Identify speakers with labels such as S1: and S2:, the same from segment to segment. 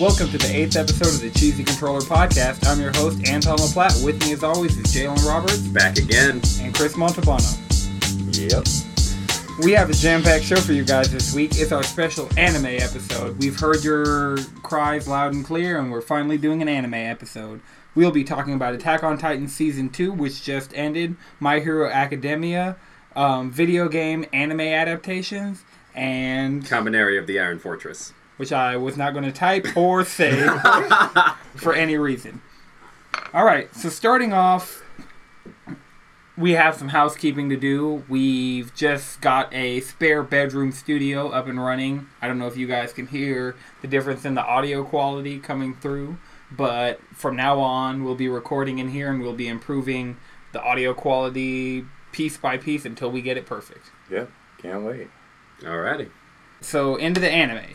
S1: Welcome to the eighth episode of the Cheesy Controller Podcast. I'm your host, Anton LaPlatte. With me, as always, is Jalen Roberts
S2: Back again.
S1: and Chris Montalbano.
S2: Yep.
S1: We have a jam-packed show for you guys this week. It's our special anime episode. We've heard your cries loud and clear, and we're finally doing an anime episode. We'll be talking about Attack on Titan season two, which just ended, My Hero Academia, um, video game anime adaptations, and
S2: Combinary of the Iron Fortress.
S1: which I was not going to type or say for any reason. All right, so starting off, we have some housekeeping to do. We've just got a spare bedroom studio up and running. I don't know if you guys can hear the difference in the audio quality coming through, but from now on, we'll be recording in here and we'll be improving the audio quality piece by piece until we get it perfect.
S3: Yeah, can't wait.
S2: Alrighty.
S1: So into the anime.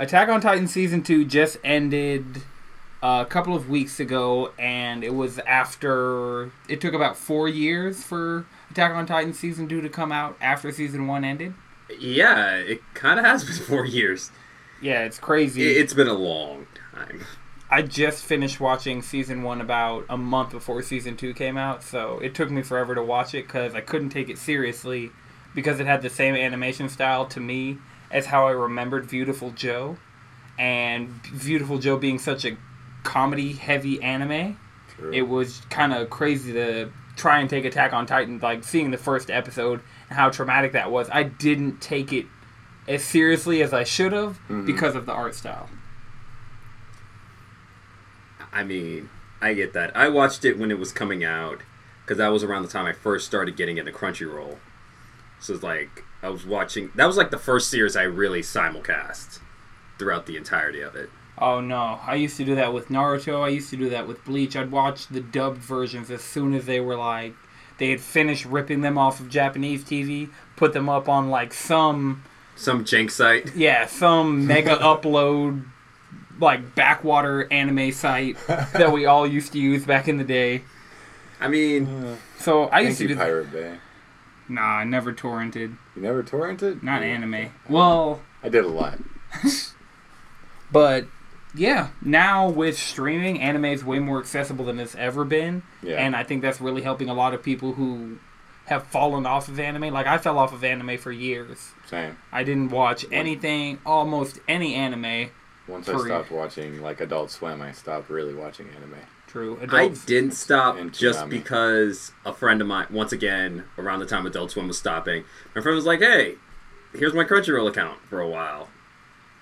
S1: Attack on Titan season two just ended a couple of weeks ago, and it was after it took about four years for Attack on Titan season two to come out after season one ended.
S2: Yeah, it kind of has been four years.
S1: Yeah, it's
S2: I-
S1: crazy.
S2: It's been a long time.
S1: I just finished watching season one about a month before season two came out, so it took me forever to watch it because I couldn't take it seriously because it had the same animation style to me as how I remembered Beautiful Joe, and Beautiful Joe being such a comedy heavy anime,
S3: True.
S1: it was kind of crazy to try and take Attack on Titan. Like seeing the first episode and how traumatic that was, I didn't take it as seriously as I should have because of the art style.
S2: I mean, I get that. I watched it when it was coming out because that was around the time I first started getting into Crunchyroll. So it's like I was watching. That was like the first series I really simulcast throughout the entirety of it.
S1: Oh no, I used to do that with Naruto. I used to do that with Bleach. I'd watch the dubbed versions as soon as they were like they had finished ripping them off of Japanese TV, put them up on like some
S2: Some jank site.
S1: yeah, some mega upload like backwater anime site that we all used to use back in the day.
S2: I mean,
S1: So I used
S3: Thank
S1: to
S3: you,
S1: do
S3: Pirate Bay.
S1: Nah, I never torrented.
S3: You never torrented?
S1: Not
S3: Yeah.
S1: anime. Well,
S3: I did a lot.
S1: But yeah, now with streaming, anime is way more accessible than it's ever been.
S3: Yeah.
S1: And I think that's really helping a lot of people who have fallen off of anime. Like I fell off of anime for years.
S3: Same.
S1: I didn't watch anything, almost any anime.
S3: Once I
S1: Free.
S3: stopped watching like Adult Swim, I stopped really watching anime.
S1: True.
S2: I
S1: Adults.
S2: didn't stop
S3: and
S2: just
S3: Konami.
S2: because a friend of mine, once again, around the time Adult Swim was stopping, my friend was like, hey, here's my Crunchyroll account for a while.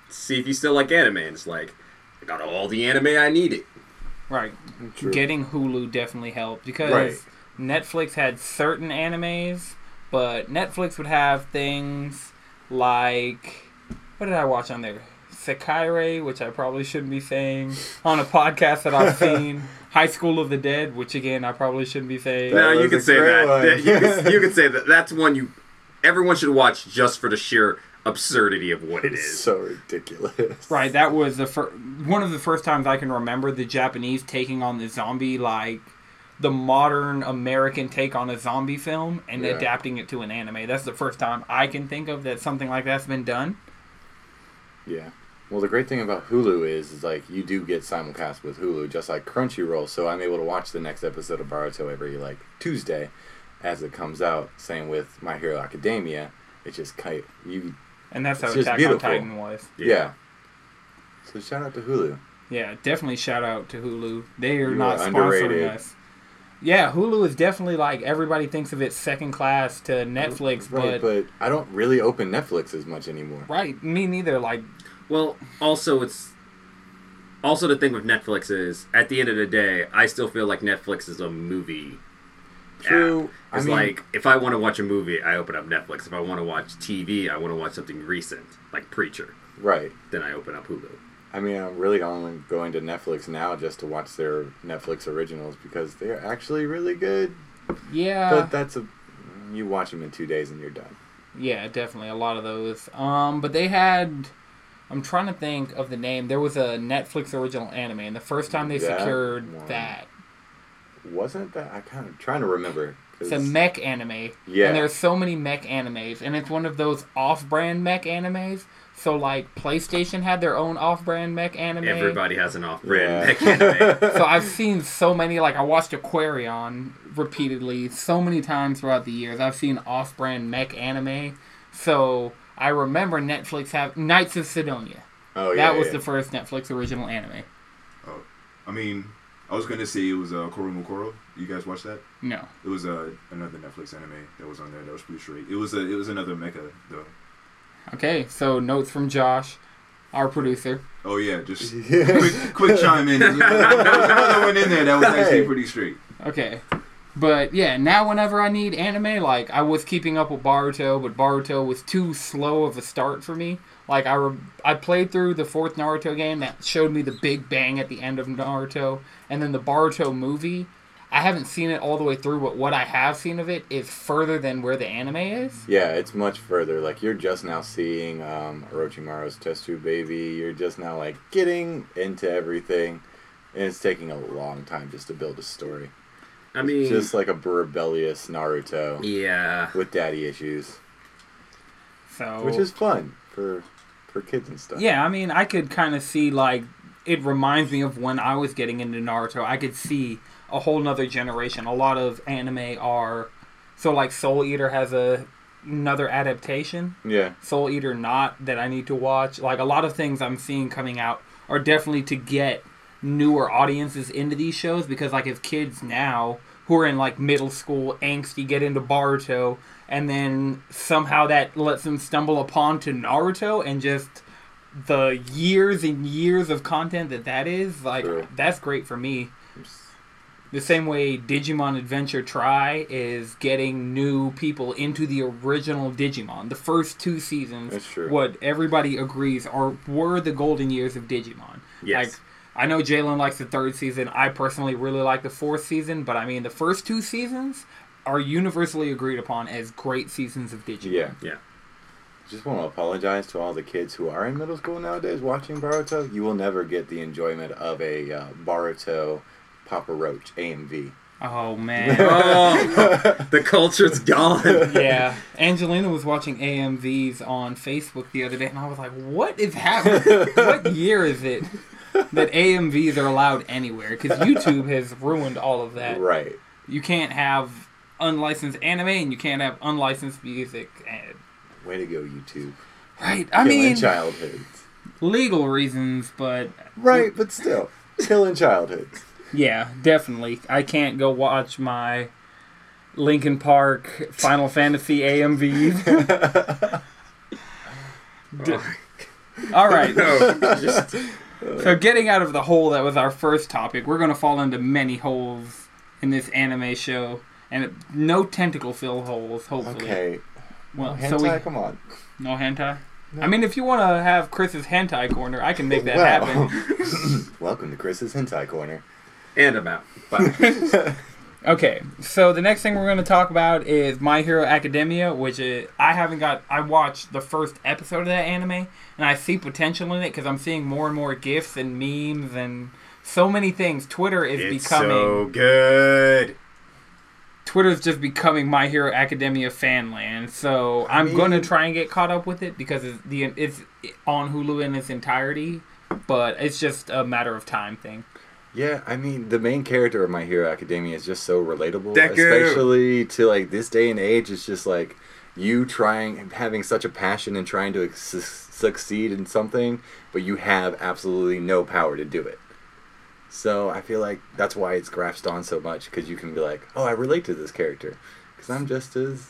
S2: See if you still like anime. And it's like, I got all the anime I needed.
S1: Right.
S3: True.
S1: Getting Hulu definitely helped because
S3: Right.
S1: Netflix had certain animes, but Netflix would have things like what did I watch on there? Sekaire, which I probably shouldn't be saying on a podcast that I've seen. High School of the Dead, which again I probably shouldn't be saying.
S3: That
S2: no, you
S3: was
S2: can
S3: a
S2: say
S3: great
S2: that.
S3: one.
S2: That- You can, you can say that. That's one you everyone should watch just for the sheer absurdity of what it
S3: It's
S2: is.
S3: so ridiculous.
S1: Right, that was the fir- one of the first times I can remember the Japanese taking on the zombie like the modern American take on a zombie film and
S3: Yeah.
S1: adapting it to an anime. That's the first time I can think of that something like that's been done.
S3: Yeah. Well, the great thing about Hulu is, is like you do get simulcast with Hulu, just like Crunchyroll. So I'm able to watch the next episode of Naruto every like Tuesday, as it comes out. Same with My Hero Academia. It's just kind you
S1: And that's how
S3: It's just
S1: Attack
S3: beautiful.
S1: on Titan was.
S3: yeah.
S2: Yeah.
S3: So shout out to Hulu.
S1: Yeah, definitely shout out to Hulu. They are
S3: You
S1: not
S3: are
S1: sponsoring
S3: underrated.
S1: us. Yeah, Hulu is definitely like everybody thinks of it second class to Netflix, but
S3: Right, but I don't really open Netflix as much anymore.
S1: right, me neither. Like
S2: Well, also it's also the thing with Netflix is at the end of the day, I still feel like Netflix is a movie.
S3: True.
S2: app.
S3: I
S2: It's
S3: mean-
S2: like if I want to watch a movie, I open up Netflix. If I want to watch TV, I want to watch something recent, like Preacher.
S3: Right.
S2: Then I open up Hulu.
S3: I mean, I'm really only going to Netflix now just to watch their Netflix originals because they're actually really good.
S1: yeah,
S3: But that's a you watch them in two days and you're done.
S1: Yeah, definitely a lot of those. Um, but they had. I'm trying to think of the name. There was a Netflix original anime, and the first time they
S3: That
S1: secured
S3: one.
S1: that,
S3: Wasn't that? I kind of trying to remember. 'cause-
S1: it's a mech anime.
S3: Yeah.
S1: And there's so many mech animes, and it's one of those off-brand mech animes. So like PlayStation had their own off-brand mech anime.
S2: Everybody has an off-brand mech
S3: Yeah.
S2: anime.
S1: So I've seen so many. Like I watched Aquarion repeatedly, so many times throughout the years. I've seen off-brand mech anime. So I remember Netflix have Knights of Sidonia.
S3: Oh yeah,
S1: that was
S3: yeah.
S1: the first Netflix original anime.
S4: I mean, I was gonna say it was uh, Koro Mukoro. You guys watch that?
S1: No.
S4: It was uh, another Netflix anime that was on there. That was pretty straight. It was a, it was another mecha though.
S1: Okay. So notes from Josh, our producer.
S4: Oh yeah, just
S3: Yeah.
S4: quick quick chime in. There was another one in there that was actually
S3: Hey.
S4: pretty straight.
S1: Okay. But yeah, now whenever I need anime, like I was keeping up with Baruto, but Baruto was too slow of a start for me. Like I re- I played through the fourth Naruto game that showed me the big bang at the end of Naruto, and then the Baruto movie. I haven't seen it all the way through, but what I have seen of it is further than where the anime is.
S3: Yeah, it's much further. Like you're just now seeing um, Orochimaru's test tube baby. You're just now like getting into everything, and it's taking a long time just to build a story.
S2: I mean,
S3: Just like a rebellious Naruto
S2: yeah.
S3: with daddy issues,
S1: So
S3: which is fun for for kids and stuff.
S1: Yeah, I mean, I could kind of see like it reminds me of when I was getting into Naruto. I could see a whole nother generation. A lot of anime are so like Soul Eater has a another adaptation.
S3: Yeah.
S1: Soul Eater not that I need to watch. Like a lot of things I'm seeing coming out are definitely to get newer audiences into these shows because like if kids now who are in like middle school angsty get into Baruto and then somehow that lets them stumble upon to Naruto and just the years and years of content that that is like
S3: True.
S1: that's great for me the same way Digimon Adventure Try is getting new people into the original Digimon. The first two seasons,
S3: That's true.
S1: what everybody agrees are were the golden years of Digimon.
S2: Yes.
S1: Like, I know Jalen likes the third season. I personally really like the fourth season, but I mean the first two seasons are universally agreed upon as great seasons of Digimon.
S3: Yeah.
S2: Yeah.
S3: Just want to apologize to all the kids who are in middle school nowadays watching Baruto. You will never get the enjoyment of a uh, Baruto Papa Roach AMV.
S1: Oh man.
S2: Oh, the culture's gone.
S1: yeah. Angelina was watching AMVs on Facebook the other day, and I was like, "What is happening? what year is it that AMVs are allowed anywhere? Because YouTube has ruined all of that.
S3: Right.
S1: You can't have unlicensed anime, and you can't have unlicensed music. And,
S3: Way to go, YouTube.
S1: right? I
S3: Killing
S1: mean,
S3: childhoods.
S1: legal reasons, but
S3: Right, but still, killing childhoods.
S1: Yeah, definitely. I can't go watch my Linkin Park Final Fantasy AMVs. D- All right.
S2: Oh, No, just
S1: So getting out of the hole that was our first topic, we're going to fall into many holes in this anime show, and it, no tentacle fill holes, hopefully.
S3: Okay,
S1: Well,
S3: hentai,
S1: so we
S3: come on.
S1: no hentai. I mean, if you want to have Chris's hentai corner, I can make that
S3: Wow.
S1: happen.
S3: Welcome to Chris's hentai corner.
S2: and about. Bye.
S1: Okay, so the next thing we're going to talk about is My Hero Academia, which is, I haven't got. I watched the first episode of that anime, and I see potential in it because I'm seeing more and more gifs and memes and so many things. Twitter is
S2: It's
S1: becoming.
S2: so good.
S1: Twitter's just becoming My Hero Academia fan land, so
S3: I
S1: I'm
S3: mean-
S1: gonna try and get caught up with it because it's the it's on Hulu in its entirety, but it's just a matter of time thing.
S3: Yeah, I mean the main character of My Hero Academia is just so relatable,
S2: Deku!
S3: especially to like this day and age. It's just like you trying having such a passion and trying to su- succeed in something, but you have absolutely no power to do it. So I feel like that's why it's grasped on so much because you can be like, oh, I relate to this character because I'm just as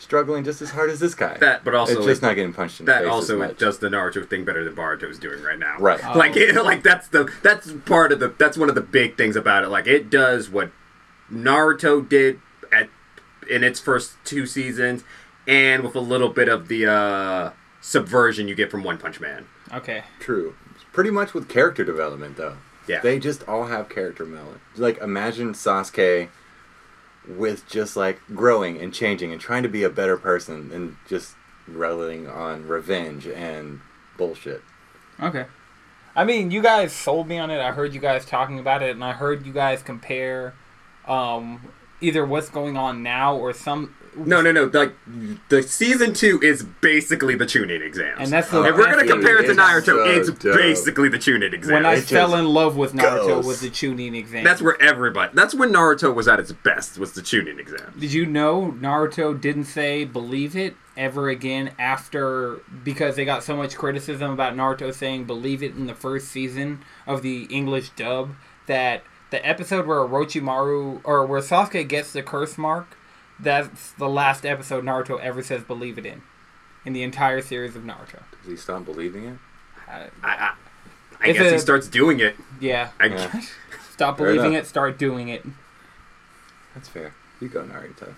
S3: struggling just as hard as this guy.
S2: That, but also
S3: it's just not getting punched in the
S2: that
S3: face as
S2: also
S3: much.
S2: does the Naruto thing better than Baruto is doing right now.
S3: Right.
S2: Like it,
S1: Oh.
S2: like that's the that's part of the that's one of the big things about it. Like it does what Naruto did at in its first two seasons, and with a little bit of the uh, subversion you get from One Punch Man.
S1: Okay,
S3: True. Pretty much with character development, though.
S2: Yeah.
S3: They just all have character development. Like, imagine Sasuke with just like growing and changing and trying to be a better person and just reveling on revenge and bullshit.
S1: Okay. I mean, you guys sold me on it. I heard you guys talking about it, and I heard you guys compare um, either what's going on now or some.
S2: No, no, no. Like the season two is basically the tune-in exams,
S1: And that's the-
S2: if we're gonna
S1: that's the-
S2: compare it to
S3: Oh, it's
S2: Naruto,
S3: so
S2: it's
S3: dope.
S2: basically the tune-in exams.
S1: When I
S3: It
S1: fell
S3: just
S1: in love with Naruto
S3: goes.
S1: was the tuning exam.
S2: that's where everybody. That's when Naruto was at its best. Was the tune-in exam.
S1: Did you know Naruto didn't say believe it ever again after because they got so much criticism about Naruto saying believe it in the first season of the English dub that the episode where Orochimaru or where Sasuke gets the curse mark that's the last episode Naruto ever says believe it in in the entire series of Naruto.
S3: Please stop believing it.
S2: I, I, I
S1: If
S2: guess he
S1: it-
S2: starts doing it.
S1: Yeah.
S2: I,
S3: Yeah.
S1: Stop
S3: Fair
S1: believing
S3: enough.
S1: it, start doing it.
S3: That's fair. You go Naruto.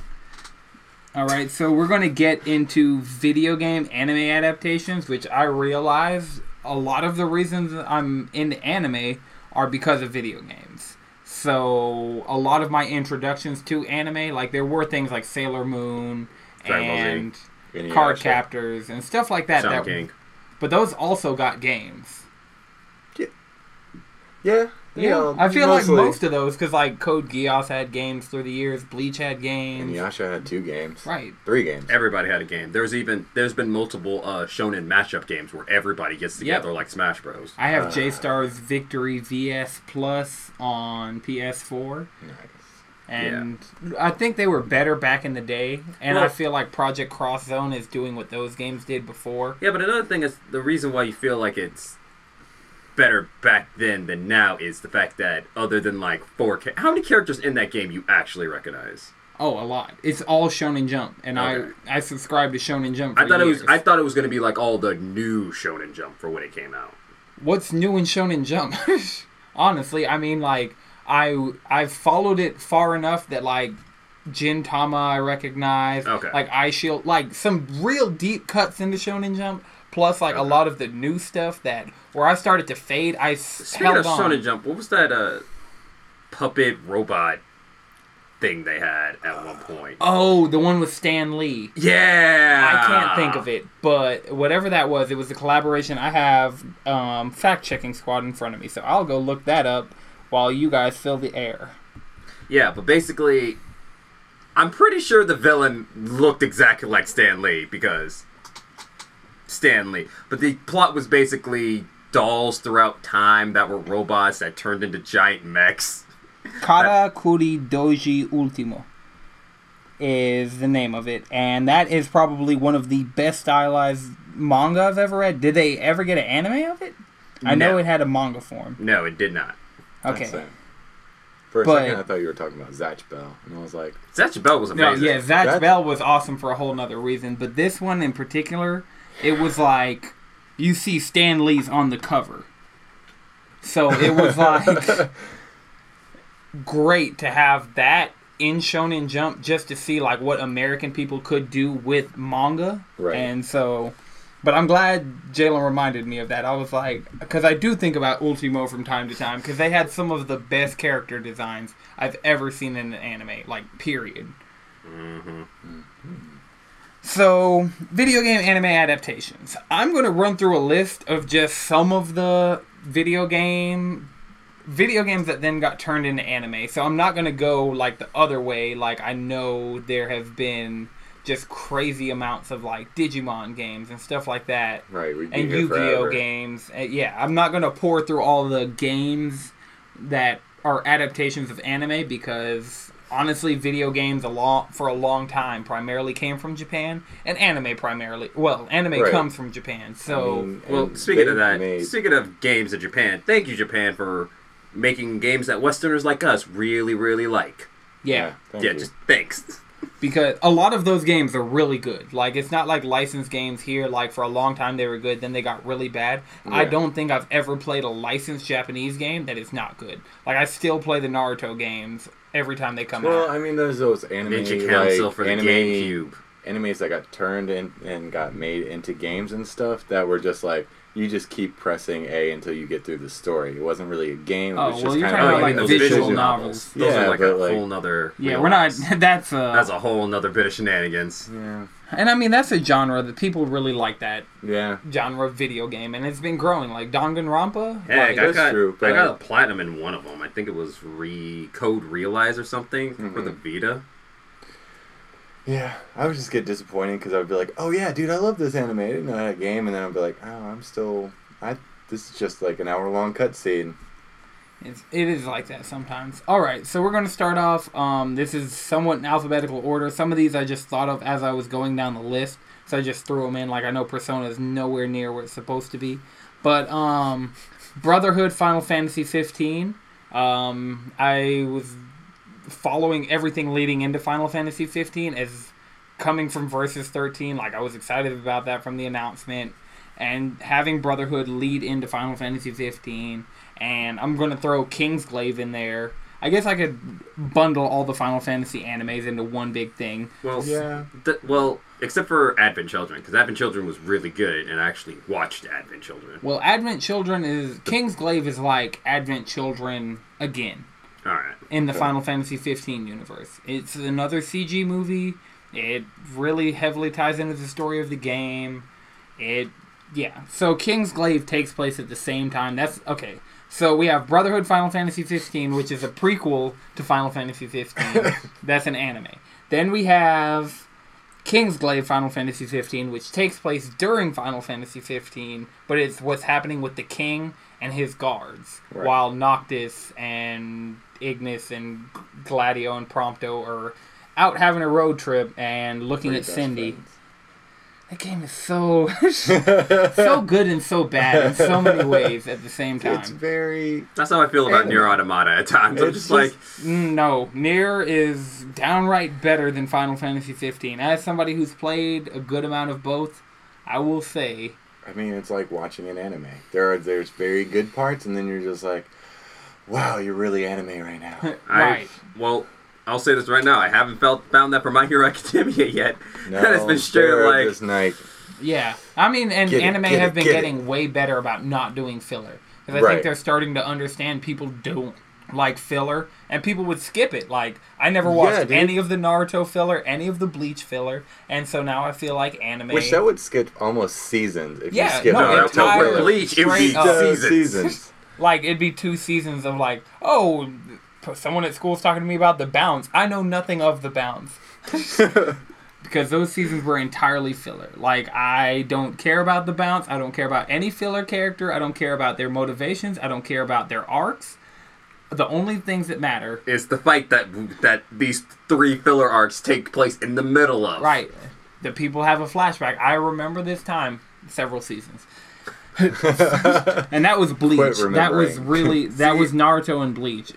S1: All right, so we're going to get into video game anime adaptations, which I realize a lot of the reasons I'm into anime are because of video games. So a lot of my introductions to anime, like there were things like Sailor Moon
S2: Dragon Ball Z.
S1: and
S3: Inuyasha.
S1: card captors and stuff like that.
S2: Shaman
S1: that
S2: King.
S1: But those also got games.
S3: Yeah.
S1: Yeah, I feel
S3: mostly.
S1: like most of those, because like Code Geass had games through the years, Bleach had games,
S3: Inuyasha had two games.
S1: right?
S3: Three games.
S2: Everybody had a game. There's even there's been multiple uh, shonen matchup games where everybody gets together like Smash Bros.
S1: I have J Star's Victory VS Plus on PS4,
S3: Nice.
S1: and I think they were better back in the day. And I
S2: Well-
S1: feel like Project Cross Zone is doing what those games did before.
S2: Yeah, but another thing is the reason why you feel like it's better back then than now is the fact that other than like four, ca- how many characters in that game you actually recognize?
S1: Oh, a lot. It's all Shonen Jump, and
S2: Okay.
S1: I I subscribe to Shonen Jump. For
S2: I thought
S1: years.
S2: it was I thought it was gonna be like all the new Shonen Jump for when it came out.
S1: What's new in Shonen Jump? Honestly, I mean, like I I followed it far enough that like Jin Tama I recognize.
S2: Okay.
S1: Like Eye Shield, like some real deep cuts into Shonen Jump. Plus, like a lot of the new stuff that where I started to fade, I s-
S2: Speaking
S1: held
S2: of
S1: on.
S2: Shonen Jump, what was that uh, puppet robot thing they had at one point?
S1: Oh, the one with Stan Lee.
S2: yeah,
S1: I can't think of it, but whatever that was, it was a collaboration. I have um, fact checking squad in front of me, so I'll go look that up while you guys fill the air.
S2: Yeah, but basically, I'm pretty sure the villain looked exactly like Stan Lee because Stan Lee. But the plot was basically dolls throughout time that were robots that turned into giant mechs.
S1: Kara Kuri Doji Ultimo is the name of it, and that is probably one of the best stylized manga I've ever read. Did they ever get an anime of it? I know
S2: No.
S1: it had a manga form.
S2: No, it did not.
S3: That's
S1: Okay.
S3: it. For a
S1: But-
S3: second, I thought you were talking about Zatch Bell, and I was like,
S2: Zatch Bell was
S1: No,
S2: amazing.
S1: yeah, Zatch
S3: That's-
S1: Bell was awesome for a whole nother reason, but this one in particular, it was like you see Stan Lee's on the cover. So it was like great to have that in Shonen Jump just to see like what American people could do with manga.
S3: Right.
S1: And so but I'm glad Jalen reminded me of that. I was like, because I do think about Ultimo from time to time, because they had some of the best character designs I've ever seen in an anime, like, period. So, video game anime adaptations. I'm going to run through a list of just some of the video game video games that then got turned into anime. So I'm not going to go like the other way like I know there have been just crazy amounts of like Digimon games and stuff like that
S3: right, we'd be
S1: and
S3: here
S1: Yu-Gi-Oh
S3: forever.
S1: games. Uh, yeah, I'm not going to pour through all the games that are adaptations of anime because honestly, video games a lot for a long time primarily came from Japan and anime primarily. Well, anime
S3: Right.
S1: comes from Japan, so
S3: I mean,
S2: Well,
S3: and
S2: speaking of
S3: they
S2: that,
S3: made-
S2: speaking of games in Japan, thank you, Japan, for making games that Westerners like us really, really like.
S1: yeah.
S3: thank
S2: yeah,
S3: you.
S2: just thanks.
S1: because a lot of those games are really good. Like it's not like licensed games here. Like for a long time they were good, then they got really bad. I
S3: Yeah.
S1: don't think I've ever played a licensed Japanese game that is not good. Like I still play the Naruto games every time they come
S3: Well,
S1: out.
S3: I mean, there's those anime
S2: Ninja
S3: like,
S2: Council for the
S3: anime
S2: GameCube.
S3: animes that got turned in and got made into games and stuff that were just like you just keep pressing A until you get through the story. It wasn't really a game. It
S1: Oh,
S3: was
S1: well,
S3: just
S1: you're
S3: kind
S1: talking
S3: of
S1: about, like,
S2: those
S1: visual
S2: visual
S1: novels.
S2: novels. Those
S3: Yeah,
S2: are like a
S3: but, like-
S2: whole nother.
S1: Yeah, we're not. That's uh,
S2: That's a whole nother bit of shenanigans.
S3: Yeah,
S1: and I mean that's a genre that people really like that
S3: yeah.
S1: genre of video game, and it's been growing. Like Danganronpa.
S2: Heck,
S1: like,
S2: I
S3: that's
S2: got
S3: true, but-
S2: I got a platinum in one of them. I think it was re Code Realize or something for
S3: Mm-hmm.
S2: the Vita.
S3: Yeah, I would just get disappointed because I would be like, "Oh yeah, dude, I love this anime. I didn't know that game," and then I'd be like, "Oh, I'm still, I this is just like an hour long cutscene."
S1: It's, it is like that sometimes. All right, so we're going to start off. Um, this is somewhat in alphabetical order. Some of these I just thought of as I was going down the list, so I just threw them in. Like I know Persona is nowhere near where it's supposed to be, but um, Brotherhood, Final Fantasy 15. Um, I was following everything leading into Final Fantasy 15 as coming from Versus 13. Like I was excited about that from the announcement, and having Brotherhood lead into Final Fantasy 15 and I'm gonna throw Kingsglaive in there. I guess I could bundle all the Final Fantasy animes into one big thing.
S2: Well, s-
S3: Yeah.
S2: th- well, except for Advent Children, because Advent Children was really good, and I actually watched Advent Children.
S1: Well, Advent Children is Kingsglaive is like Advent Children again
S2: All right.
S1: in the
S3: Okay.
S1: Final Fantasy 15 universe. It's another CG movie. It really heavily ties into the story of the game. It yeah. So Kingsglaive takes place at the same time. That's okay. So we have Brotherhood Final Fantasy 15, which is a prequel to Final Fantasy 15. That's an anime. Then we have Kingsglaive Final Fantasy 15, which takes place during Final Fantasy 15, but it's what's happening with the king and his guards,
S3: Right.
S1: while Noctis and Ignis and Gladio and Prompto are out having a road trip and looking
S3: Three
S1: at
S3: best
S1: Cindy.
S3: friends.
S1: That game is so so good and so bad in so many ways at the same time.
S3: It's very
S2: That's how I feel about
S3: Anime.
S2: Near Automata at times. I'm
S3: It's
S2: just,
S3: just-
S2: like,
S1: Mm, No, Nier is downright better than Final Fantasy 15. As somebody who's played a good amount of both, I will say
S3: I mean, it's like watching an anime. There are there's very good parts, and then you're just like, "Wow, you're really anime right now."
S2: I
S1: Right.
S2: well, I'll say this right now. I haven't felt found that for My Hero Academia yet.
S3: No,
S2: that has been
S3: there
S2: straight
S3: are
S2: like
S3: just like
S1: Yeah, I mean, and
S3: Get it,
S1: anime
S3: get it,
S1: have been
S3: get it.
S1: getting way better about not doing filler because I think
S3: Right.
S1: they're starting to understand people don't like filler, and people would skip it. Like I never watched
S3: dude.
S1: any of the Naruto filler, any of the Bleach filler, and so now I feel like anime.
S3: which that would skip almost seasons if
S1: Yeah,
S3: you skip
S1: no,
S2: no,
S1: it
S3: out
S2: that's not
S1: entire
S2: where
S1: entirely
S2: Bleach. It would be
S1: straight up.
S3: Entire
S2: seasons.
S3: seasons.
S1: like it'd be two seasons of like, oh, someone at school's talking to me about the bounce. I know nothing of the bounce. because those seasons were entirely filler. Like I don't care about the bounce. I don't care about any filler character. I don't care about their motivations. I don't care about their arcs. The only things that matter,
S2: It's the fight that that these three filler arcs take place in the middle of.
S1: right? The people have a flashback. I remember this time several seasons. and that was Bleach. That was
S3: remembering.
S1: really that was Naruto and Bleach.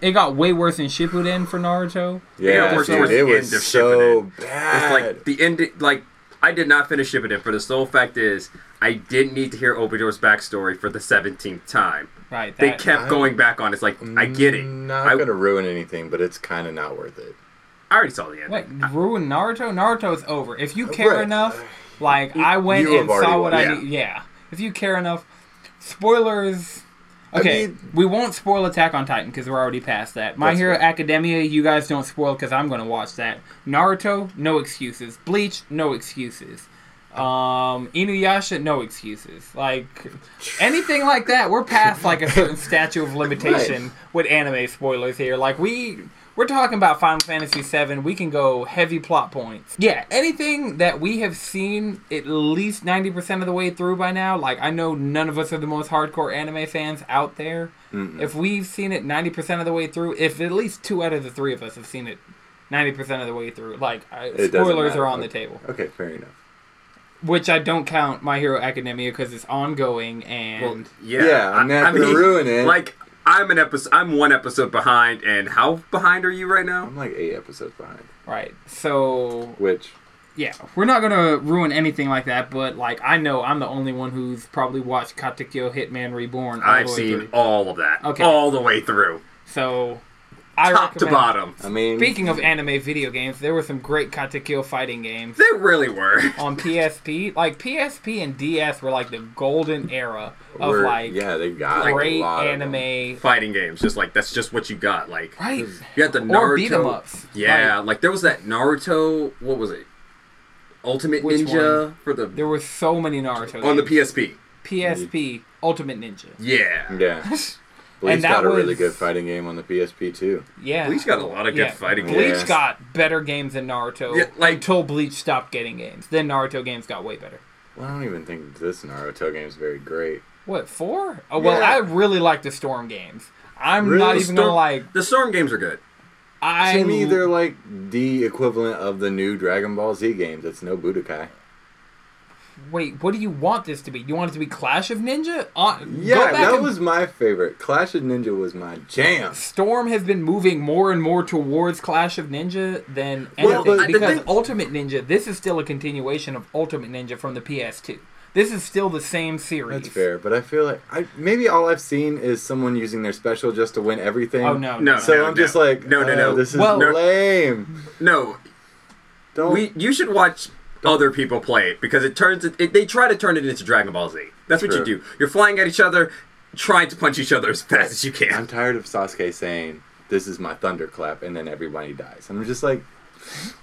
S1: It got way worse in Shippuden for Naruto.
S3: Yeah,
S2: Yeah, we're
S3: dude,
S2: towards
S3: it
S2: the
S3: was
S2: end of
S3: so
S2: Shippuden. It's
S3: bad.
S2: like the end. Like I did not finish shipping it for the sole fact is I didn't need to hear Obidor's backstory for the seventeenth time.
S1: Right.
S2: They
S1: that-
S2: kept going back on. it. It's like I get it.
S3: Not
S2: I,
S3: gonna ruin anything, but it's kind of not worth it.
S2: I already saw the end.
S1: What ruin Naruto? Naruto's over. If you care
S3: Uh, Right.
S1: enough, like I went
S3: you have
S1: and saw
S3: already
S1: what
S3: watched
S1: I
S2: it.
S1: did. Yeah. If you care enough, spoilers. Okay,
S3: mean-
S1: we won't spoil Attack on Titan because we're already past that. My
S3: That's
S1: Hero
S3: fair.
S1: Academia, you guys don't spoil because I'm going to watch that. Naruto, no excuses. Bleach, no excuses. Um, Inuyasha, no excuses. Like anything like that, we're past like a certain statute of limitation with anime spoilers here. Like we we're talking about Final Fantasy VII. We can go heavy plot points. Yeah, anything that we have seen at least ninety percent of the way through by now. Like I know none of us are the most hardcore anime fans out there. If we've seen it ninety percent of the way through, if at least two out of the three of us have seen it. 90% of the way through. Like, I,
S3: It doesn't
S1: spoilers
S3: matter.
S1: are on the table
S3: Okay, fair enough.
S1: which I don't count My Hero Academia because it's ongoing and
S2: yeah,
S3: Yeah, I'm not gonna ruin it.
S2: Like I'm an episode. I'm one episode behind, and how behind are you right now?
S3: I'm like eight episodes behind.
S1: right. So
S3: Which
S1: yeah, we're not gonna ruin anything like that. But like I know I'm the only one who's probably watched Katekyo Hitman Reborn. all the
S2: I've
S1: way
S2: seen
S1: through.
S2: all of that,
S1: Okay.
S2: all the way through.
S1: so. I
S2: top to
S1: recommend-
S2: bottom.
S3: I mean,
S1: Speaking of anime video games, there were some great cut to kill fighting games
S2: They really were.
S1: on PSP. Like PSP and DS were like the golden era of
S3: we're-
S1: like
S3: yeah, they got like,
S1: great
S3: a lot of them.
S1: anime.
S2: Fighting games, just like that's just what you got. Like
S1: Right.
S2: you got the Naruto.
S1: Or beat 'em ups.
S2: Yeah,
S1: Like,
S2: like, there was that Naruto. What was it? Ultimate
S1: Which
S2: Ninja
S1: one?
S2: for the
S1: there were so many Naruto.
S2: on the
S1: games.
S2: PSP.
S1: PSP Ultimate Ninja.
S2: Yeah.
S3: Yeah. Bleach
S1: And that
S3: got a really
S1: was-
S3: good fighting game on the PSP too.
S1: Yeah.
S2: Bleach got a lot of good
S1: Yeah,
S2: fighting
S1: Bleach
S2: games.
S1: got better games than Naruto.
S2: Yeah, like-
S1: until Bleach stopped getting games, then Naruto games got way better.
S3: Well, I don't even think this Naruto game is very great.
S1: What four? Oh, well,
S2: Yeah.
S1: I really like the Storm games. I'm
S3: Really?
S1: not even gonna
S2: Storm-
S1: like.
S2: The Storm games are good.
S1: I
S3: to me, they're like the equivalent of the new Dragon Ball Z games. It's no Budokai.
S1: wait. What do you want this to be? You want it to be Clash of Ninja? Uh, go
S3: Yeah,
S1: back
S3: that
S1: and-
S3: was my favorite. Clash of Ninja was my jam.
S1: Storm has been moving more and more towards Clash of Ninja than
S3: Well,
S1: anything
S3: but-
S1: because
S2: the thing-
S1: Ultimate Ninja. This is still a continuation of Ultimate Ninja from the PS2. This is still the same series.
S3: That's fair, but I feel like I maybe all I've seen is someone using their special just to win everything.
S1: Oh no,
S2: No,
S3: So I'm just like,
S2: No, no,
S3: oh,
S2: no.
S3: This is
S1: Well-
S3: lame.
S2: No,
S3: Don't.
S2: we. You should watch other people play it because it turns. It, it- they try to turn it into Dragon Ball Z. That's what
S3: True.
S2: you do. You're flying at each other, trying to punch each other as fast as you
S3: I'm
S2: can.
S3: tired of Sasuke saying, "This is my thunderclap," and then everybody dies. And I'm just like,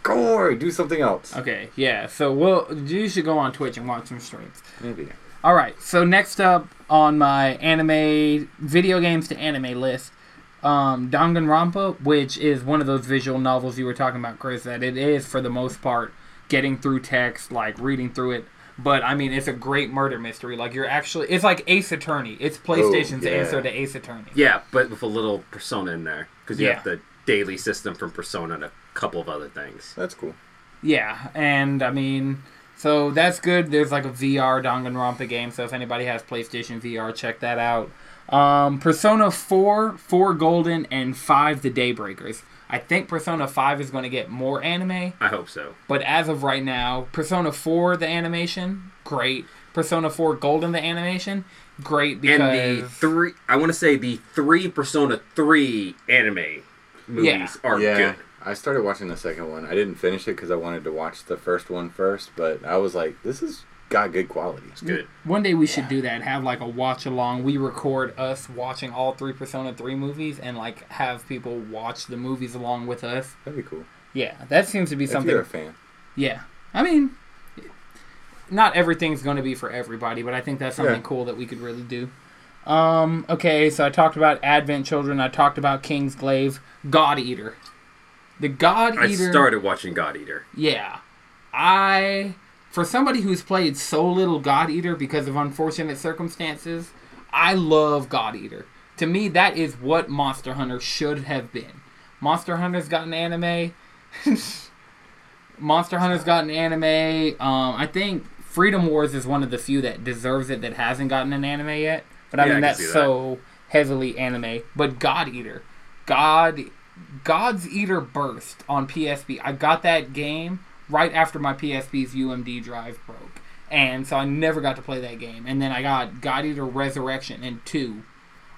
S3: gore, do something else.
S1: Okay, yeah. So we'll you should go on Twitch and watch some streams.
S3: Maybe.
S1: All right. So next up on my anime video games to anime list, um, Danganronpa, which is one of those visual novels you were talking about, Chris. That it is for the most part getting through text, like reading through it. But I mean, it's a great murder mystery. Like you're actually, it's like Ace Attorney. It's PlayStation's
S3: yeah.
S1: answer to Ace Attorney.
S2: Yeah, but with a little persona in there because you
S1: Yeah.
S2: have the daily system from Persona and a couple of other things.
S3: That's cool.
S1: Yeah, and I mean, so that's good. There's like a VR Danganronpa game, so if anybody has PlayStation VR, check that out. Um, Persona 4, 4 Golden, and 5 The Daybreakers. I think Persona 5 is going to get more anime,
S2: I hope so.
S1: but as of right now, Persona 4, the animation, great. Persona 4 Golden, the animation, great because.
S2: And the three, I want to say the three Persona three anime movies are
S3: yeah.
S2: good.
S3: I started watching the second one. I didn't finish it because I wanted to watch the first one first, but I was like, this has got good quality.
S2: It's good.
S1: One day we should do that. Have like a watch along. We record us watching all three Persona 3 movies and like have people watch the movies along with us.
S3: That'd be cool.
S1: Yeah, that seems to be
S3: If
S1: something.
S3: you're a fan.
S1: Yeah. I mean, not everything's going to be for everybody, but I think that's something
S3: Yeah.
S1: cool that we could really do. Um, okay, so I talked about Advent Children. I talked about King's Glaive, God Eater. The God
S2: I
S1: Eater.
S2: started watching God Eater.
S1: Yeah. I for somebody who's played so little God Eater because of unfortunate circumstances, I love God Eater. To me, that is what Monster Hunter should have been. Monster Hunter's got an anime. Monster Hunter's got an anime. Um, I think Freedom Wars is one of the few that deserves it that hasn't gotten an anime yet. But I
S2: Yeah,
S1: mean,
S2: I can see
S1: that's
S2: that.
S1: so heavily anime. But God Eater, God, God's Eater Burst on PSP. I got that game right after my PSP's UMD drive broke, and so I never got to play that game. And then I got God Eater Resurrection and two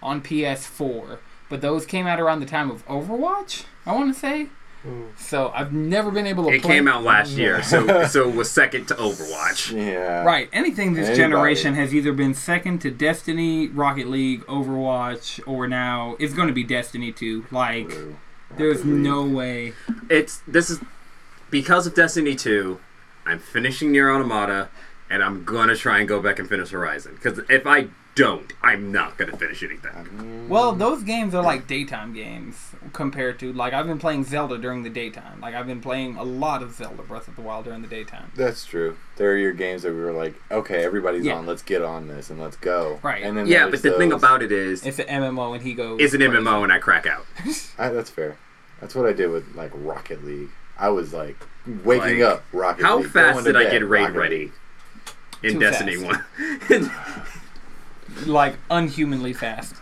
S1: on PS4. But those came out around the time of Overwatch, I want to say.
S3: Hmm.
S1: So I've never been able to.
S2: It
S1: play
S2: came out last year, so so it was second to Overwatch.
S3: Yeah.
S1: Right. Anything this
S3: Anybody.
S1: generation has either been second to Destiny, Rocket League, Overwatch, or now it's going to be Destiny 2. Like,
S3: Ooh,
S1: there's
S3: Rocket League.
S1: no way.
S2: It's this is because of Destiny two. I'm finishing Nier Automata, and I'm gonna try and go back and finish Horizon. Because if I don't, I'm not gonna finish anything.
S1: Well, those games are like daytime games compared to like I've been playing Zelda during the daytime. Like I've been playing a lot of Zelda Breath of the Wild during the daytime.
S3: That's true. There are your games that we were like, okay, everybody's
S1: Yeah.
S3: on. Let's get on this and let's go.
S1: Right.
S3: And then
S2: Yeah, but
S3: there's
S2: the thing
S3: those-
S2: about it is,
S1: It's an MMO, and he goes.
S2: it's an MMO, and I crack out.
S3: I, that's fair. That's what I did with like Rocket League. I was like waking
S2: Like,
S3: up Rocket
S2: How
S3: League.
S2: fast
S3: going to
S2: did I
S3: bed,
S2: get raid
S3: Rocket
S2: ready
S3: League.
S2: in
S1: Too
S2: Destiny
S1: fast.
S2: one?
S1: like unhumanly fast.